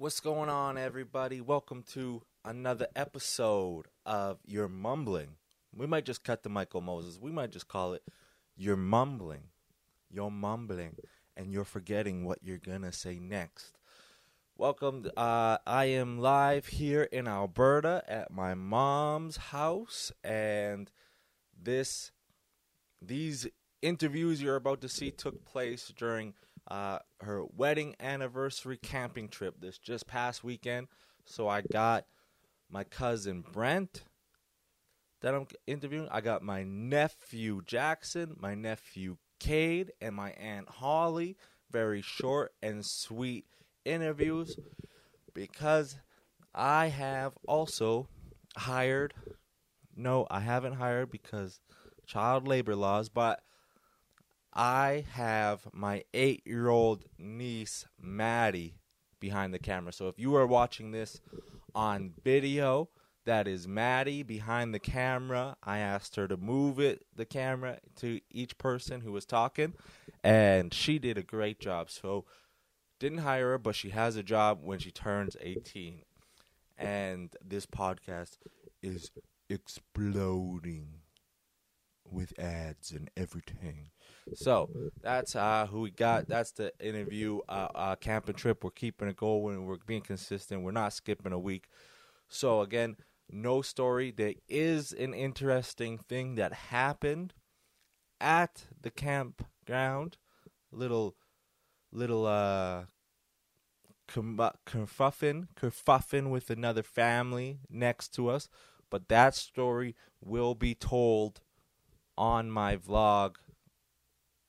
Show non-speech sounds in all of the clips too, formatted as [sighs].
What's going on, everybody? Welcome to another episode of Your Mumbling. We might just cut the Michael Moses. We might just call it Your Mumbling. You're mumbling, and you're forgetting what you're going to say next. Welcome. Uh, I am live here in Alberta at my mom's house, and this these interviews you're about to see took place during uh, her wedding anniversary camping trip this just past weekend. So I got my cousin Brent that I'm interviewing. I got my nephew Jackson, my nephew Cade, and my aunt Holly. Very short and sweet interviews because I have also hired. No, I haven't hired because child labor laws, but I have my eight year old niece, Maddie, behind the camera. So if you are watching this on video, that is Maddie behind the camera. I asked her to move it, the camera, to each person who was talking, and she did a great job. So didn't hire her, but she has a job when she turns 18. And this podcast is exploding with ads and everything. So that's uh, who we got. That's the interview. Uh, uh, camping trip. We're keeping it going. We're being consistent. We're not skipping a week. So again, no story. There is an interesting thing that happened at the campground. Little, little uh, com- kerfuffin, kerfuffin with another family next to us. But that story will be told on my vlog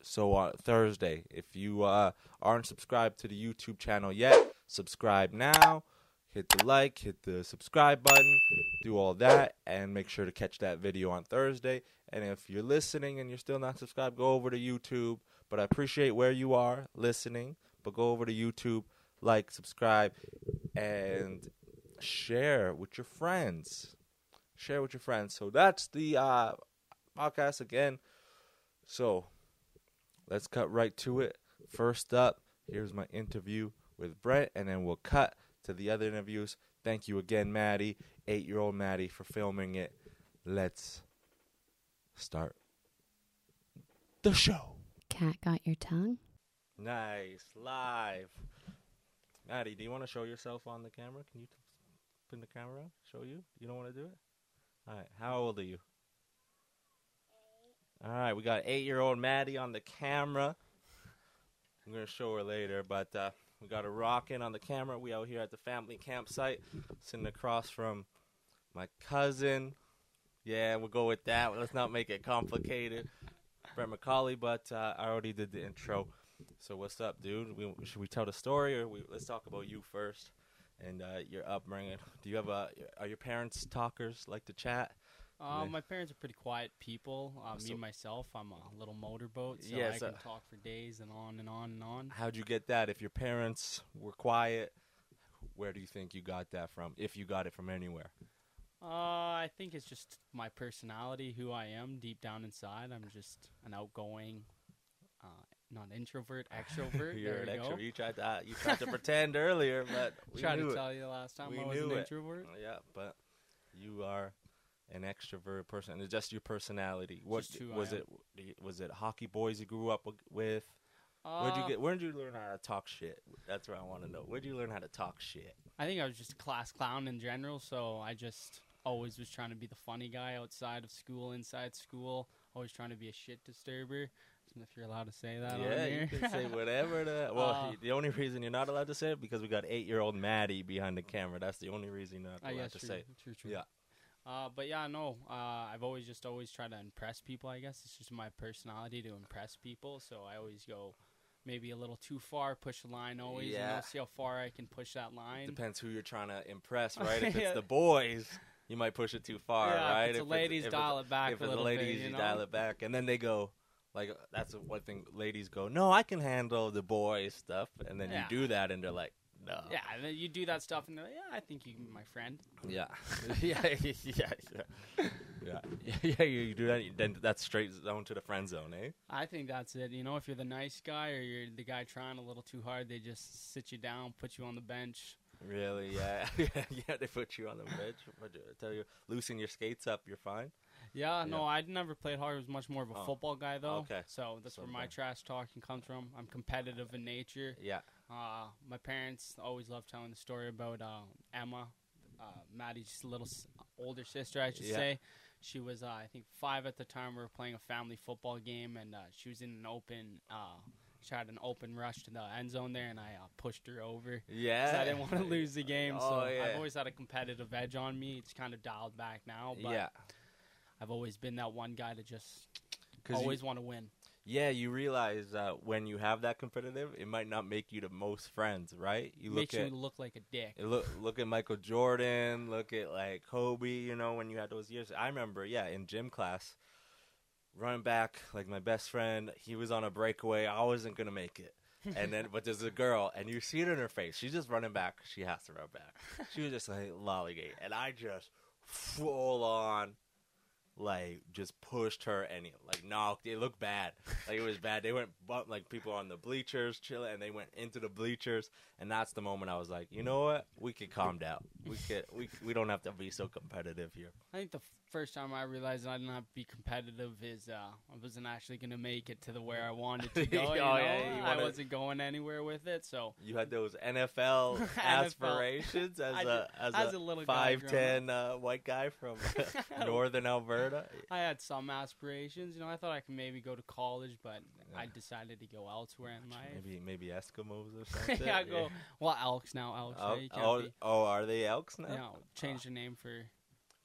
so on Thursday. If you uh, aren't subscribed to the YouTube channel yet, subscribe now. Hit the like, hit the subscribe button, do all that, and make sure to catch that video on Thursday. And if you're listening and you're still not subscribed, go over to YouTube. But I appreciate where you are listening. But go over to YouTube, like, subscribe, and share with your friends. Share with your friends. So that's the uh, podcast again. So let's cut right to it. First up, here's my interview with Brent, and then we'll cut to the other interviews. Thank you again, Maddie, eight year old Maddie, for filming it. Let's start the show. Cat got your tongue? Nice, live. Maddie, do you want to show yourself on the camera? Can you t- put the camera on? Show you? You don't want to do it? All right, how old are you? All right, we got eight year old Maddie on the camera. I'm going to show her later, but uh, we got a rockin' on the camera. We out here at the family campsite, sitting across from my cousin. Yeah, we'll go with that. Let's not make it complicated. Brent McCauley, but uh, I already did the intro. So what's up, dude? We, should we tell the story, or we, let's talk about you first and uh, your upbringing? Do you have a? Are your parents talkers? Like to chat? Um, Yeah. My parents are pretty quiet people. Uh, So- me myself, I'm a little motorboat, so Yeah, I so- can talk for days and on and on and on. How'd you get that? If your parents were quiet, where do you think you got that from? If you got it from anywhere? Uh, I think it's just my personality, who I am deep down inside. I'm just an outgoing, uh, not introvert, [laughs] extrovert. You're there an we extrovert. You tried to uh, you tried to pretend earlier, [laughs] but go. we Tried knew to it. tell you last time We I was knew an it. introvert. Yeah, but you are an extrovert person. It's just your personality. What Just who I was am. it? Was it hockey boys you grew up with? Uh, Where'd you get? Where'd you learn how to talk shit? That's what I want to know. Where'd you learn how to talk shit? I think I was just a class clown in general, so I just always was trying to be the funny guy outside of school, inside school, always trying to be a shit disturber. If you're allowed to say that, on yeah, you here. [laughs] can say whatever. The, well, Uh, y- the only reason you're not allowed to say it because we got eight-year-old Maddie behind the camera. That's the only reason you're not I allowed guess to true, say it. true, true. Yeah. Uh, but yeah, no, uh, I've always just always tried to impress people. I guess it's just my personality to impress people, so I always go maybe a little too far, push the line always, and Yeah. I'll see how far I can push that line. Depends who you're trying to [laughs] impress, right? If it's Yeah. the boys, you might push it too far, yeah, right? If it's the ladies, if it's- dial it back if a it's little ladies, bit. you, You, know? dial it back, and then they go like uh, that's the one thing ladies go. No, I can handle the boy stuff, and then Yeah. you do that, and they're like, no, Yeah, and then you do that stuff, and they're like, yeah, I think you can be my friend. [laughs] yeah, yeah, yeah, yeah, yeah, [laughs] yeah. You do that, then that's straight zone to the friend zone, eh? I think that's it. You know, if you're the nice guy or you're the guy trying a little too hard, they just sit you down, put you on the bench, Really? Yeah. [laughs] yeah, they put you on the bench. What'd you- tell you, loosen your skates up, you're fine. Yeah, no, I never played hard. I was much more of a Oh. football guy, though. Okay. So that's So where my then- trash talking comes from. I'm competitive in nature. Yeah. Uh, my parents always love telling the story about uh, Emma, uh, Maddie's little s- older sister, I should Yeah. say. She was, uh, I think, five at the time. We were playing a family football game, and uh, she was in an open. Uh, she had an open rush to the end zone there, and I uh, pushed her over. 'Cause Yeah. I didn't [laughs] want to lose the game, Oh, so yeah. I've always had a competitive edge on me. It's kind of dialed back now, but yeah. I've always been that one guy to just 'Cause you- always want to win. Yeah, you realize uh, when you have that competitive, it might not make you the most friends, right? You look Makes at you look like a dick. look look at Michael Jordan, look at like Kobe. You know when you had those years. I remember, yeah, in gym class, running back like my best friend. He was on a breakaway. I wasn't gonna make it. And then, but there's a girl, and you see it in her face. She's just running back. She has to run back. She was just like lollygate, and I just full on like just pushed her and it, like knocked. It looked bad. Like it was bad. They went bump, like people on the bleachers chilling, and they went into the bleachers. And that's the moment I was like, you know what? We could calm down. We could. We we don't have to be so competitive here. I think the first time I realized I didn't have to be competitive is uh, I wasn't actually going to make it to the where I wanted to go. Oh, you [laughs] know? yeah, you I wanna- wasn't going anywhere with it. So You had those [laughs] NFL, NFL. aspirations as I a as, as a, a little guy five growing ten uh, white guy [laughs] from northern Alberta. I had some aspirations. You know, I thought I could maybe go to college, but I decided to go elsewhere in life. [laughs] Maybe maybe Eskimos or something. yeah, I go. Well, Elks now. Elks. Oh, right? You can't oh, be- oh, are they elks now? no, change the name for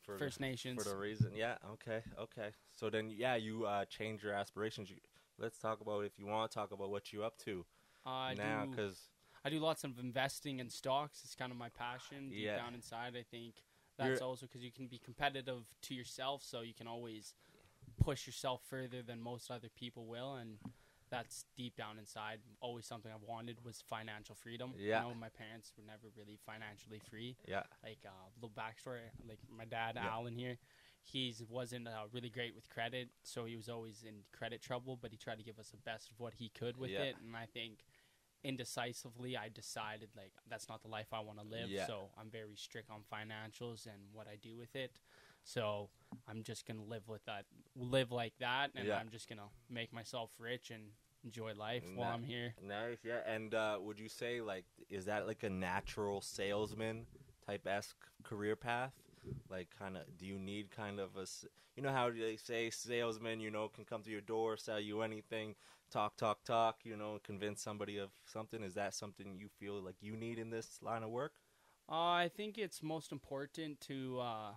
For- First Nations. for the reason. Yeah. Okay. Okay. So then, yeah, you uh, change your aspirations. You, let's talk about if you want to talk about what you up to I now, do- because I do lots of investing in stocks. It's kind of my passion deep Yeah. down inside. I think You're- that's also because you can be competitive to yourself, so you can always push yourself further than most other people will, and that's deep down inside. Always something I wanted was financial freedom. Yeah. you know, my parents were never really financially free. yeah, Like a uh, little backstory, like my dad Yeah. Alan here. He wasn't uh, really great with credit, so he was always in credit trouble. But he tried to give us the best of what he could with Yeah. it, and I think indecisively I decided like that's not the life I want to live. Yeah. So I'm very strict on financials and what I do with it. So I'm just gonna live with that, live like that, and Yeah. I'm just gonna make myself rich and enjoy life while Nah. I'm here. nice. Yeah. And uh, would you say like is that like a natural salesman type esque career path? Like, kind of, do you need kind of a, s- you know how they say salesmen, you know, can come to your door, sell you anything, talk, talk, talk, you know, convince somebody of something. Is that something you feel like you need in this line of work? Uh, I think it's most important to. Uh,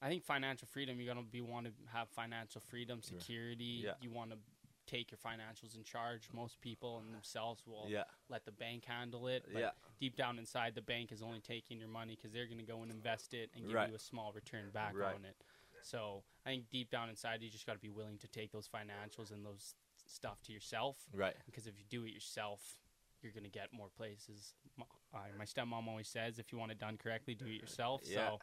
I think financial freedom. You're gonna be want to have financial freedom, Yeah. security. Yeah. You want to take your financials in charge. Most people and themselves will yeah. let the bank handle it. But Yeah. Deep down inside, the bank is only taking your money because they're going to go and invest it and give Right. you a small return back Right. on it. So I think deep down inside, you just got to be willing to take those financials and those stuff to yourself Right. because if you do it yourself, you're going to get more places. M- I, my stepmom always says, if you want it done correctly, do it yourself. Yeah. So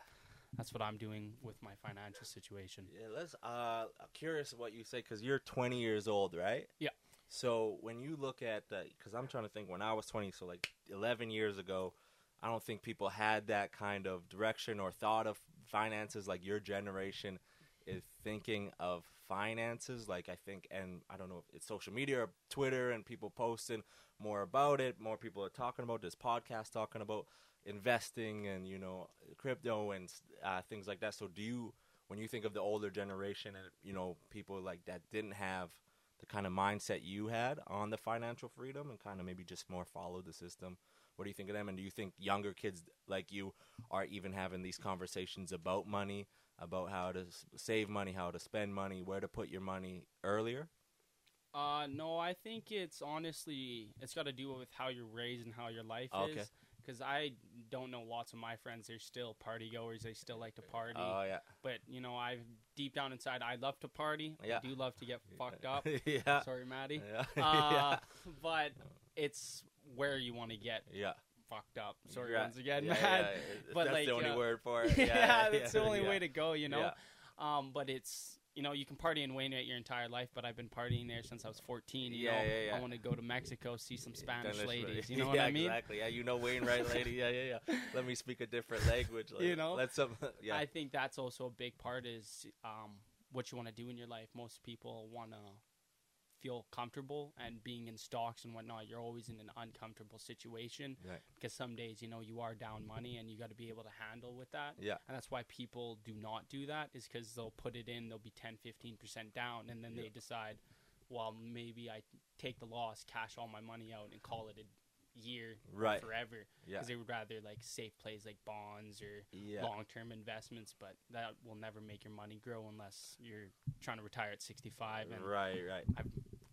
that's what I'm doing with my financial situation. Yeah, let's. Uh, I'm curious what you say because you're 20 years old, right? Yeah. So when you look at, because I'm trying to think when I was 20, so like 11 years ago, I don't think people had that kind of direction or thought of finances like your generation is thinking of finances. Like I think, and I don't know if it's social media or Twitter and people posting more about it. More people are talking about this podcast, talking about investing and you know crypto and uh, things like that. So do you? when you think of the older generation and you know people like that didn't have the kind of mindset you had on the financial freedom and kind of maybe just more follow the system what do you think of them and do you think younger kids like you are even having these conversations about money about how to s- save money how to spend money where to put your money earlier Uh, no, I think it's honestly it's got to do with how you're raised and how your life Okay. is. Because I don't know lots of my friends; they're still party goers. They still like to party. oh yeah but you know, I deep down inside, I love to party. Yeah. I do love to get fucked [laughs] up. [laughs] yeah Sorry, [laughs] Maddie. yeah [laughs] Uh, but it's where you want to get yeah fucked up. Sorry Yeah. once again, Yeah, Matt. yeah. [laughs] But that's like, the only [laughs] uh, word for it yeah, that's the only way to go. You know. Yeah. Um, but it's you know, you can party in Wainwright your entire life, but I've been partying there since I was 14. You Yeah, know, yeah, yeah. I want to go to Mexico, see some Spanish Dennis Ray. [laughs] ladies. You know yeah, what I mean? Exactly. Yeah, you know Wainwright lady. Yeah, yeah, yeah. Let me speak a different language. Like, You know? Let's um, [laughs] yeah. I think that's also a big part is um, what you want to do in your life. Most people want to feel comfortable and being in stocks and whatnot. You're always in an uncomfortable situation Right. because some days you know you are down money and you got to be able to handle with that. Yeah. And that's why people do not do that is because they'll put it in, they'll be 10, 15% down, and then Yeah. they decide, well, maybe I take the loss, cash all my money out, and call it a year Right. forever. Yeah. Because they would rather like safe plays like bonds or Yeah. long term investments, but that will never make your money grow unless you're trying to retire at 65. And Right. Right.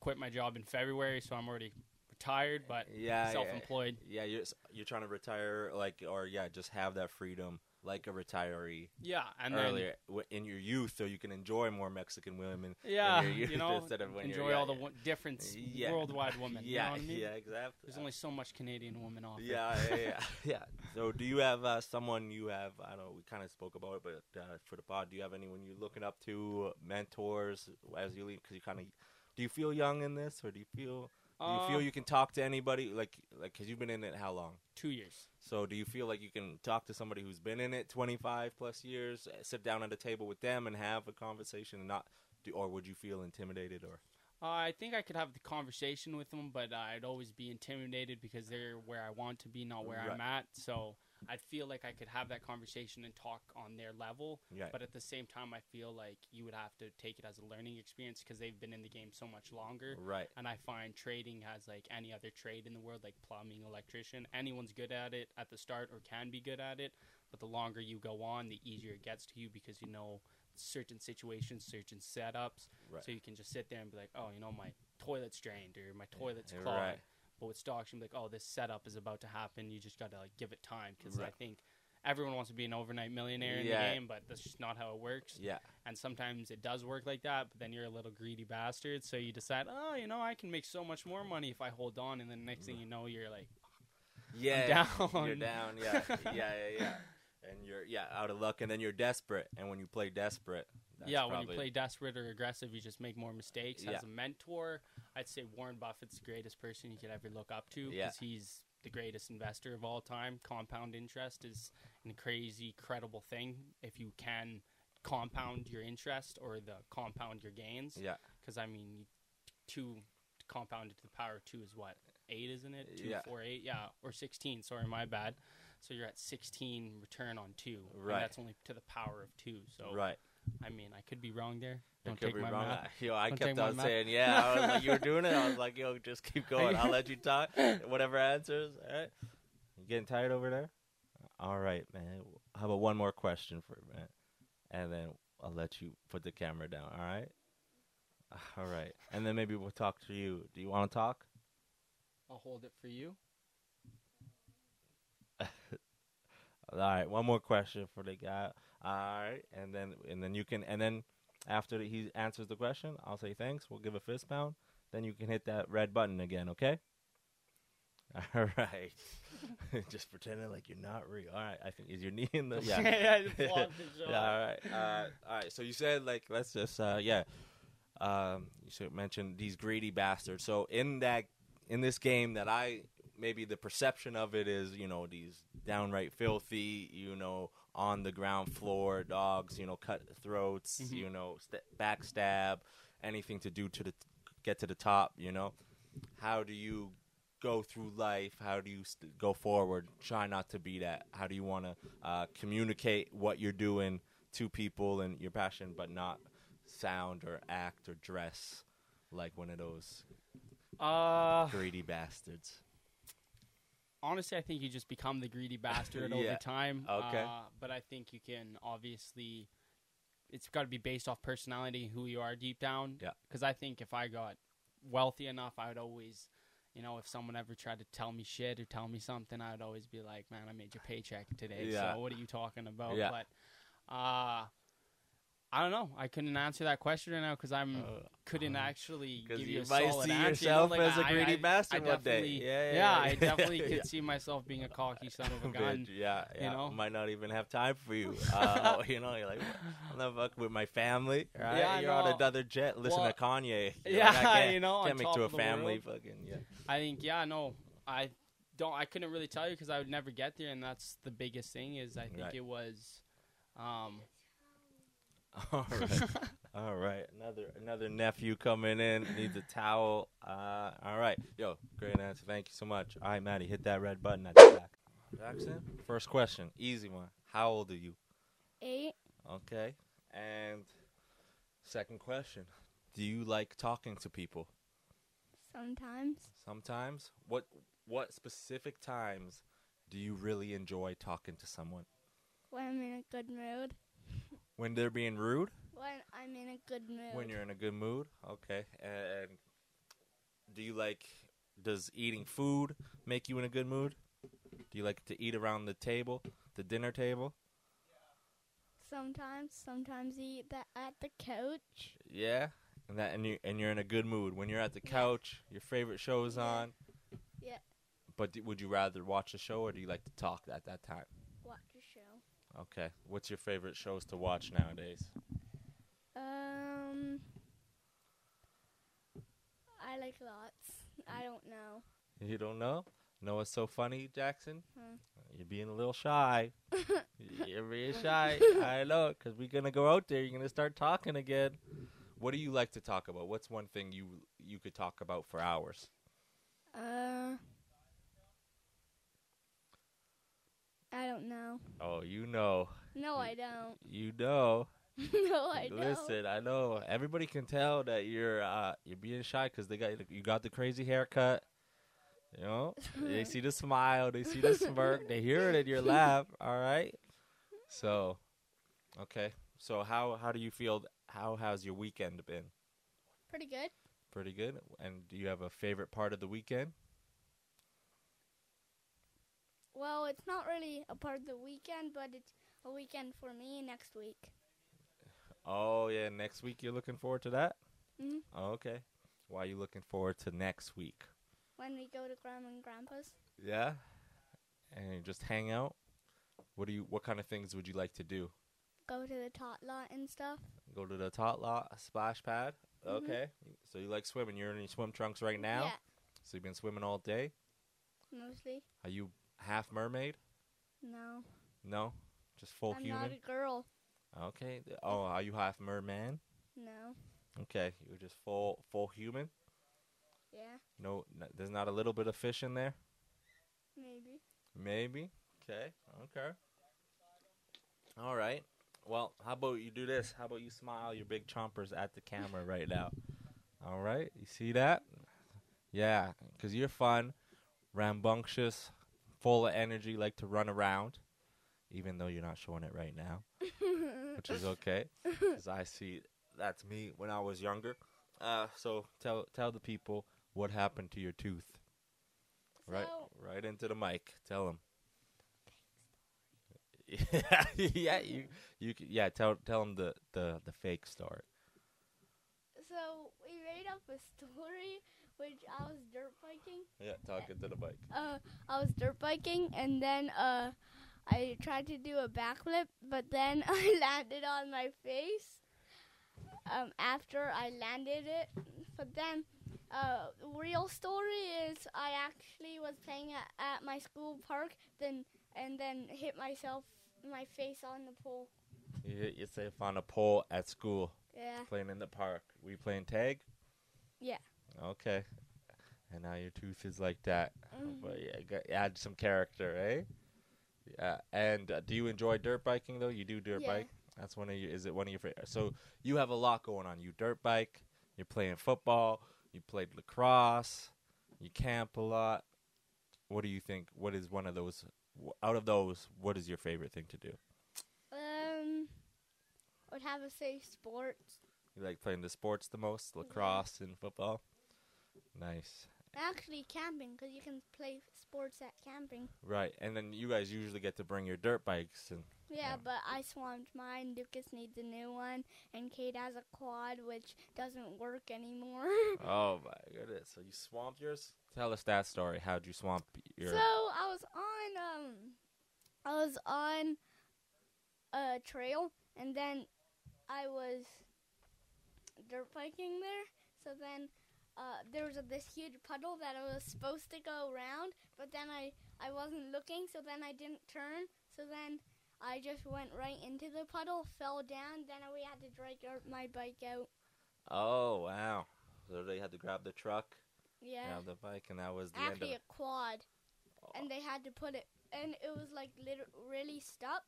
quit my job in February, so I'm already retired, but Eh, Yeah. self yeah. employed. Yeah, you're s- you're trying to retire, like, or yeah, just have that freedom, like a retiree Yeah. And earlier w- in your youth, so you can enjoy more Mexican women. then, yeah, your [laughs] youth you know, instead of when you're- enjoy yeah, all the yeah. wo- different s- [laughs] Yeah. worldwide [laughs] women. yeah, You know what I mean? yeah, exactly. There's only so much Canadian woman off. yeah, yeah, yeah, [laughs] yeah. So, do you have uh, someone you have? I don't know. We kind of spoke about it, but uh, for the pod, do you have anyone you're looking up to, mentors as you leave? Because you kind of, do you feel young in this, or do you feel do [laughs] Uh, you Um, feel you can talk to anybody? Like, like, because you've been in it how long? two years. So, do you feel like you can talk to somebody who's been in it 25 plus years, uh, sit down at a table with them, and have a conversation, and not, do, or would you feel intimidated? Or Uh, I think I could have the conversation with them, but I'd always be intimidated because they're where I want to be, not where Right. I'm at. So I'd feel like I could have that conversation and talk on their level. yeah, But at the same time, I feel like you would have to take it as a learning experience because they've been in the game so much longer. right, And I find trading has like any other trade in the world, like plumbing, electrician. Anyone's good at it at the start or can be good at it. But the longer you go on, the easier it gets to you because you know certain situations, certain setups. right, So you can just sit there and be like, oh, you know, my toilet's drained or my toilet's Yeah, clogged. right. But with stocks, you're like, oh, this setup is about to happen. You just got to like give it time because I Right. think everyone wants to be an overnight millionaire in Yeah. the game, but that's just not how it works. yeah, And sometimes it does work like that, but then you're a little greedy bastard. So you decide, oh, you know, I can make so much more money if I hold on. And then next thing you know, you're like, yeah, down. you're down, [laughs] yeah, yeah, yeah, yeah, and you're yeah out of luck, and then you're desperate, and when you play desperate, that's yeah, when you probably, play desperate or aggressive, you just make more mistakes. Yeah. As a mentor, I'd say Warren Buffett's the greatest person you could ever look up to Yeah. because he's the greatest investor of all time. Compound interest is a crazy, credible thing if you can compound your interest or the compound your gains. yeah, Because I mean, you- two compounded to the power of two is what eight, isn't it? Two, Yeah. four, eight, yeah, or sixteen. Sorry, my bad. So you're at sixteen return on two, Right. And that's only to the power of two. So right. I mean, I could be wrong there. It Don't could take be my wrong. math. I- [laughs] Yo, I Don't kept take my on math. saying, yeah. I was like, you were doing it. I was like, yo, just keep going. I'll let you [laughs] talk. Whatever answers. All right. You getting tired over there? All right, man. How about one more question for a minute? And then I'll let you put the camera down. All right. [sighs] All right. And then maybe we'll talk to you. Do you want to talk? I'll hold it for you. All right. One more question for the guy. All right. And then and then you can and then after he answers the question, I'll say thanks. We'll give a fist pound. Then you can hit that red button again. Okay. [laughs] All right. [laughs] Just pretending like you're not real. All right. I think is your knee in the yeah. [laughs] yeah, [laughs] just block the shot. Yeah, all right. Uh, all right. So you said like let's just uh, yeah. Um, you should mention these greedy bastards. So in that in this game that I maybe the perception of it is you know these downright filthy you know on the ground floor dogs you know cut throats Mhm. you know st- backstab anything to do to the get to the top you know how do you go through life how do you st- go forward try not to be that how do you want to uh, communicate what you're doing to people and your passion but not sound or act or dress like one of those Uh, greedy bastards honestly, I think you just become [laughs] the greedy bastard Yeah. over time. Okay. Uh, but I think you can obviously, it's got to be based off personality, who you are deep down. Yeah. Because I think if I got wealthy enough, I would always, you know, if someone ever tried to tell me shit or tell me something, I would always be like, man, I made your paycheck today. Yeah. So what are you talking about? Yeah. But, uh, I don't know. I couldn't answer that question right now because I'm Uh, couldn't uh, actually give Because you, you, a might solid see answer. you know, yourself like, as a I- greedy I- bastard I one day. definitely- Yeah, yeah, yeah, [laughs] yeah. I definitely could Yeah. see myself being a cocky son [laughs] of a Bitch, gun. yeah, you yeah. know? might not even have time for you. [laughs] [laughs] Uh, you know, you're like, I'm not fucking with my family. Right? Yeah, I you're on know. another jet. Listen Well, to Kanye. You're [laughs] Yeah, like, I can't, you know, on can't make top to a of the family. world. Fucking [laughs] yeah. [laughs] I think yeah, no, I don't. I couldn't really tell you because I would never get there, and that's the biggest thing. Is I think Right. it was, um, All right, all right. Another another nephew coming in needs a towel. Uh, all right, yo, great answer. Thank you so much. All right, Maddie, hit that red button. I get back. Jackson, first question, easy one. How old are you? Eight. Okay. And second question, do you like talking to people? Sometimes. Sometimes. What what specific times do you really enjoy talking to someone? When I'm in a good mood. When they're being rude? When I'm in a good mood. When you're in a good mood, okay. And do you like? Does eating food make you in a good mood? Do you like to eat around the table, the dinner table? Sometimes. Sometimes you eat that at the couch. Yeah, and that and you and you're in a good mood when you're at the Yeah. couch. Your favorite show is Yeah. on. Yeah. But d would you rather watch a show or do you like to talk at that time? Watch a show. Okay. What's your favorite shows to watch nowadays? Um. I like lots. I don't know. You don't know? Know what's so funny, Jackson? Hmm. You're being a little shy. You're being shy. I know, because we're gonna go out there. You're gonna start talking again. What do you like to talk about? What's one thing you you could talk about for hours? Uh. I don't know. Oh, you know, No, I don't. [laughs] you know. no, I don't. Listen, I know. Everybody can tell that you're uh you're being shy because they got you got the crazy haircut. You know, they see the smile, they see the smirk, they hear it in your laugh. All right. So, okay. So how how do you feel? How has your weekend been? Pretty good. Pretty good. And do you have a favorite part of the weekend? Well, it's not really a part of the weekend, but it's a weekend for me next week. Oh yeah, next week you're looking forward to that. Mhm. Oh, okay. Why are you looking forward to next week? When we go to Grandma and Grandpa's, Yeah. And you just hang out. What do you? What kind of things would you like to do? go to the tot lot and stuff. Go to the tot lot, splash pad. Mhm. Okay. So you like swimming? You're in your swim trunks right now. Yeah, So you've been swimming all day. mostly. Are you half mermaid? No, No, just full I'm human. not a girl. Okay. th- Oh, are you half merman? No, Okay, you're just full full human. yeah, No, n- there's not a little bit of fish in there. maybe. Maybe. Okay. Okay. All right. Well, how about you do this? How about you smile your big chompers at the camera right now? All right. You see that? Yeah, because you're fun, rambunctious, full of energy, like to run around, even though you're not showing it right now, which is okay. Because I see that's me when I was younger. Uh, so tell tell the people what happened to your tooth. Right, So- right into the mic. Tell him. [laughs] yeah, yeah, you, you, c- yeah. Tell, tell him the, the, the fake story. So we made up a story, which I was dirt biking. Yeah, talk into the mic. Uh, I was dirt biking, and then uh, I tried to do a backflip, but then [laughs] I landed on my face. Um, after I landed it, but then uh, the real story is I actually was playing at, at my school park, then and then hit myself, my face on the pole. You hit yourself on a pole at school, Yeah, playing in the park. Were you playing tag? Yeah. Okay. And now your tooth is like that. Mhm. But yeah, got- add some character, eh? Yeah. And uh, do you enjoy dirt biking though? You do dirt Yeah. bike. That's one of your. Is it one of your favorite? So you have a lot going on. You dirt bike. You're playing football. You played lacrosse. You camp a lot. What do you think? What is one of those? wh- Out of those, what is your favorite thing to do? um, I would have to say sports. You like playing the sports the most, Yeah. lacrosse and football. Nice. Actually, camping because you can play sports at camping. Right. And then you guys usually get to bring your dirt bikes and Yeah, Yeah. but I swamped mine. Lucas needs a new one, and Kate has a quad which doesn't work anymore. [laughs] Oh my goodness! So you swamped yours? Tell us that story. How'd you swamp your? So I was on um, I was on a trail, and then I was dirt biking there. So then uh, there was a, this huge puddle that I was supposed to go around, but then I I wasn't looking, so then I didn't turn. So then I just went right into the puddle, fell down. Then we had to drag our, my bike out. oh wow! So they had to grab the truck, Yeah, grab the bike, and that was the end of actually it. a quad. Oh. and they had to put it, and it was like lit- really stuck.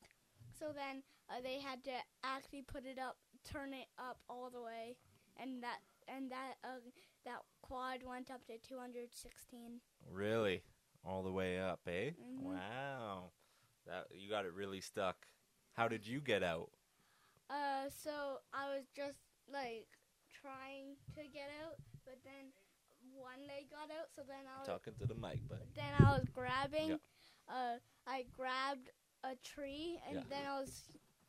So then uh, they had to actually put it up, turn it up all the way, and that and that uh, that quad went up to 216. Really, all the way up, eh? Mhm. Wow! That you got it really stuck. How did you get out? Uh, so I was just like trying to get out, but then one leg got out. So then I was Talking to the mic, but then I was grabbing. Yeah. Uh, I grabbed a tree, and Yeah. then I was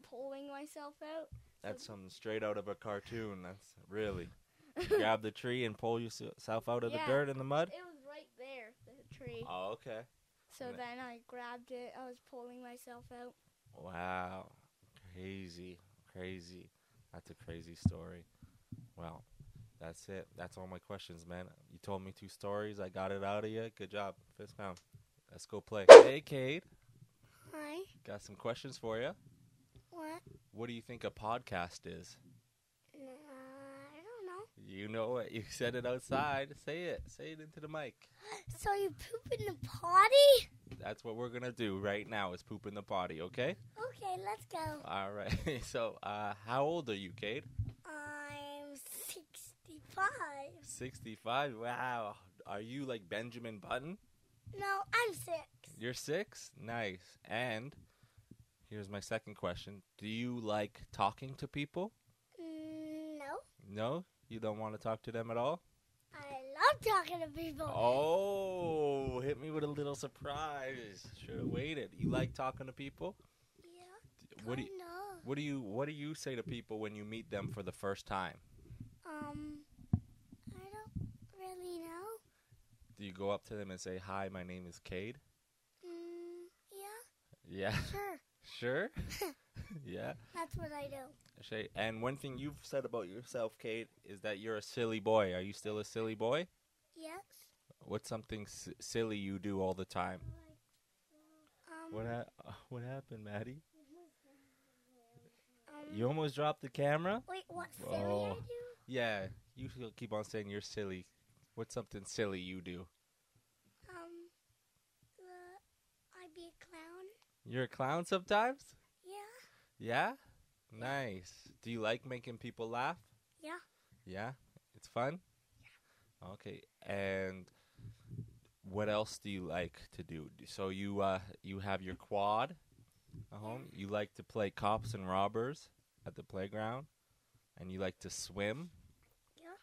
pulling myself out. that's something straight out of a cartoon. That's really. [laughs] You grab the tree and pull yourself out of Yeah. the dirt and the mud. It was right there, the tree. Oh, okay. So Right. then I grabbed it. I was pulling myself out. Wow. Crazy. Crazy. That's a crazy story. Well, that's it. That's all my questions, man. You told me two stories. I got it out of you. Good job. Fist pound. Let's go play. Hey, Cade. Hi. Got some questions for you. What? What do you think a podcast is? Uh, I don't know. You know it. You said it outside. Say it. Say it into the mic. [gasps] So you poop in the potty? That's what we're going to do right now is poop in the potty, okay? Okay, let's go. All right. [laughs] so, uh, how old are you, Cade? I'm 65. 65. Wow. Are you like Benjamin Button? No, I'm six. You're six? Nice. And here's my second question Do you like talking to people? Mm, No, No? You don't want to talk to them at all? I love talking to people. Oh, hit me with a little surprise. Should have waited. You like talking to people? Yeah, What do you, know. what do you what do you say to people when you meet them for the first time? Um, I don't really know. Do you go up to them and say, "Hi, my name is Cade"? Mm, yeah, Yeah. [laughs] sure. sure. yeah. That's what I do. Shay, and one thing you've said about yourself, Kate, is that you're a silly boy. Are you still a silly boy? Yes. What's something s- silly you do all the time? Um, What ha- [laughs] what happened, Maddie? um, You almost dropped the camera. Wait, what silly I Oh. Yeah, you should keep on saying you're silly. What's something silly you do? Um, the, I be a clown. You're a clown sometimes. Yeah. Yeah. Nice. Do you like making people laugh? Yeah. Yeah. It's fun. Yeah. Okay. And what else do you like to do? D- So you uh you have your quad at home. You like to play cops and robbers at the playground, and you like to swim. Yeah.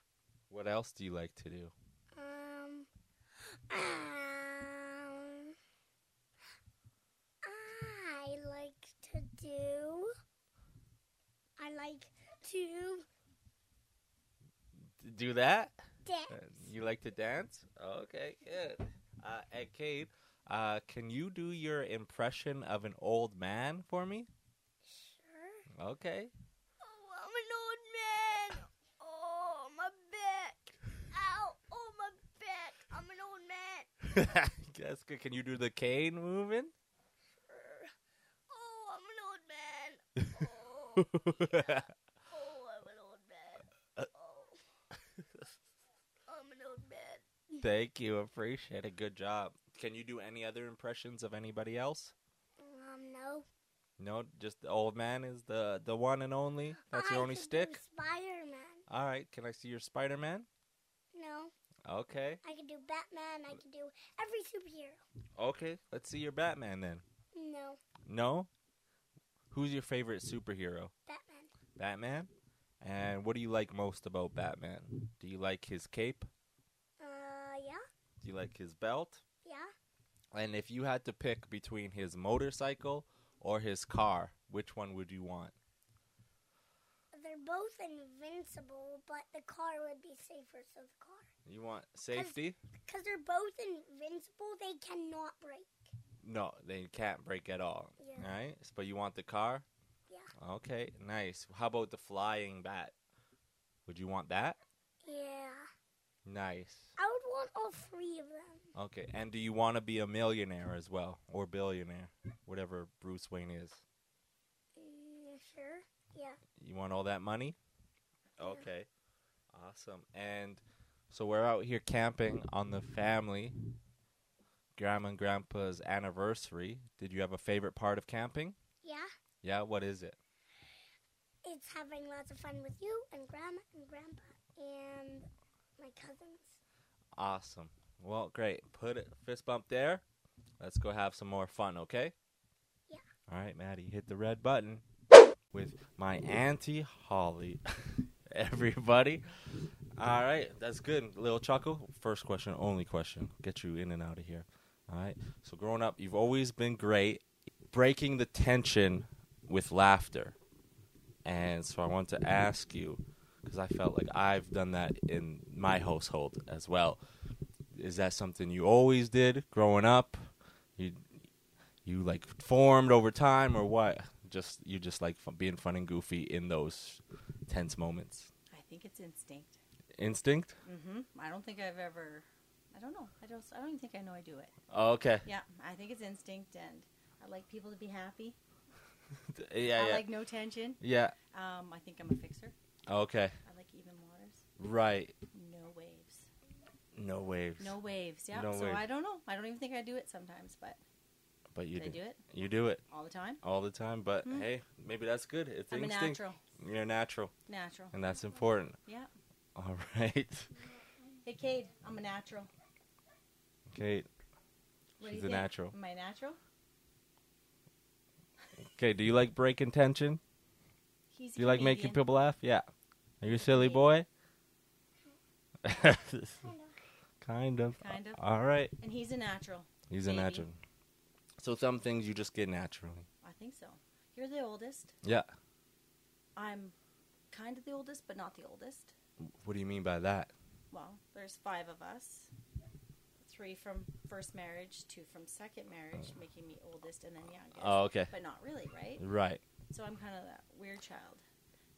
What else do you like to do? Um, um, I like to do. I like to D- Do that? Uh, dance. You like to dance? Okay, good. Uh, and Kate, uh, can you do your impression of an old man for me? Sure. [laughs] Okay. Oh, I'm an old man. Oh, my back. Ow. Oh, my back. I'm an old man. That's good. Can you do the cane [laughs] movement? Oh, I'm an old [laughs] man. Oh, oh I'm an old man. Uh, Oh. I'm an old man. Thank you. Appreciate it. Good job. Can you do any other impressions of anybody else? Um, no. No, just the old man is the the one and only. That's your only stick. Spider Man. All right. Can I see your Spider Man? No. Okay. I can do Batman. I can do every superhero. Okay. Let's see your Batman then. No. No. Who's your favorite superhero? Batman. Batman. And what do you like most about Batman? Do you like his cape? Uh, yeah. Do you like his belt? Yeah. And if you had to pick between his motorcycle or his car, which one would you want? They're both invincible, but the car would be safer, so the car. You want safety? Because they're both invincible, they cannot break. No, they can't break at all. Yeah. All right, but you want the car? Yeah. Okay, nice. How about the flying bat? Would you want that? Yeah. Nice. I would want all three of them. Okay, and do you want to be a millionaire as well, or billionaire, whatever Bruce Wayne is? Mm, sure. You want all that money? Okay. Awesome. And so we're out here camping on the family, grandma and grandpa's anniversary. Did you have a favorite part of camping? Yeah. Yeah, what is it? It's having lots of fun with you and grandma and grandpa and my cousins. Awesome. Well, great. Put it fist bump there. Let's go have some more fun, okay? Yeah. All right, Maddie, hit the red button with my auntie Holly. [laughs] Everybody. All right, that's good. Little chuckle. First question, only question. Get you in and out of here. All right. So growing up, you've always been great, breaking the tension with laughter. And so I want to ask you because I felt like I've done that in my household as well. Is that something you always did growing up? You you like formed over time or what? Just you just like fu- being fun and goofy in those tense moments. I think it's instinct. Instinct? hmm I don't think I've ever. I don't know. I don't. I don't even think I know I do it. Oh, okay. Yeah, I think it's instinct, and I like people to be happy. Yeah, I yeah. like no tension. yeah. Um, I think I'm a fixer. Okay. I like even waters. Right. No waves. No waves. No waves. Yeah. No so waves. I don't know. I don't even think I do it sometimes, but But you I do. do it You do it all the time. all the time, but Hmm. hey, maybe that's good. It's I'm a instinct. natural. You're natural, Natural. and that's important. Yeah. All [laughs] right. Hey, Cade, I'm a natural. Kate, What do She's you a think? natural. Am I natural? Okay, do you like breaking tension? He's a Do you like making comedian. people laugh? Yeah. Are you a silly Comedian. boy? [laughs] Kind of. kind of. Kind of. All right. And he's a natural. He's a Maybe. natural. So some things you just get naturally. I think so. You're the oldest. Yeah. I'm kind of the oldest, but not the oldest. What do you mean by that? Well, there's five of us. Three from first marriage, two from second marriage, making me oldest, and then youngest. Oh, okay. But not really, right? Right. So I'm kind of that weird child.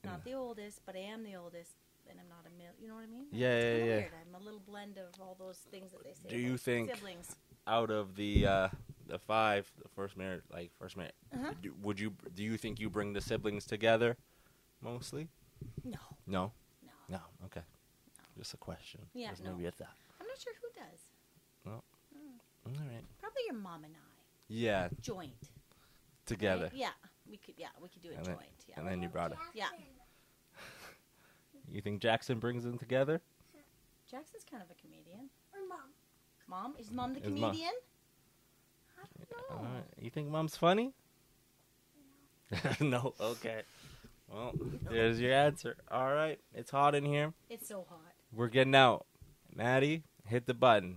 Not the oldest, but I am the oldest, and I'm not a mil. You know what I mean? Yeah, It's yeah, kinda yeah. Weird. I'm a little blend of all those things that they say. Do you about think- siblings? Out of the uh the five, the first marriage, like first marriage, Uh-huh. do- would you do you think you bring the siblings together mostly? No, No. no. No. Okay. Just a question. Yeah, Just no. maybe a thought. I'm not sure who does. All right. Probably your mom and I Yeah, joint. right? together. Yeah, we could. Yeah, we could do it And then- joint. yeah. And then you brought it. Yeah. You think Jackson brings them together? Jackson's kind of a comedian. Or mom. Mom is mom the Is mom- comedian? I don't know. Alright. You think mom's funny? no. [laughs] Okay. Well, there's your answer. All right. It's hot in here. It's so hot. We're getting out. Maddie, hit the button.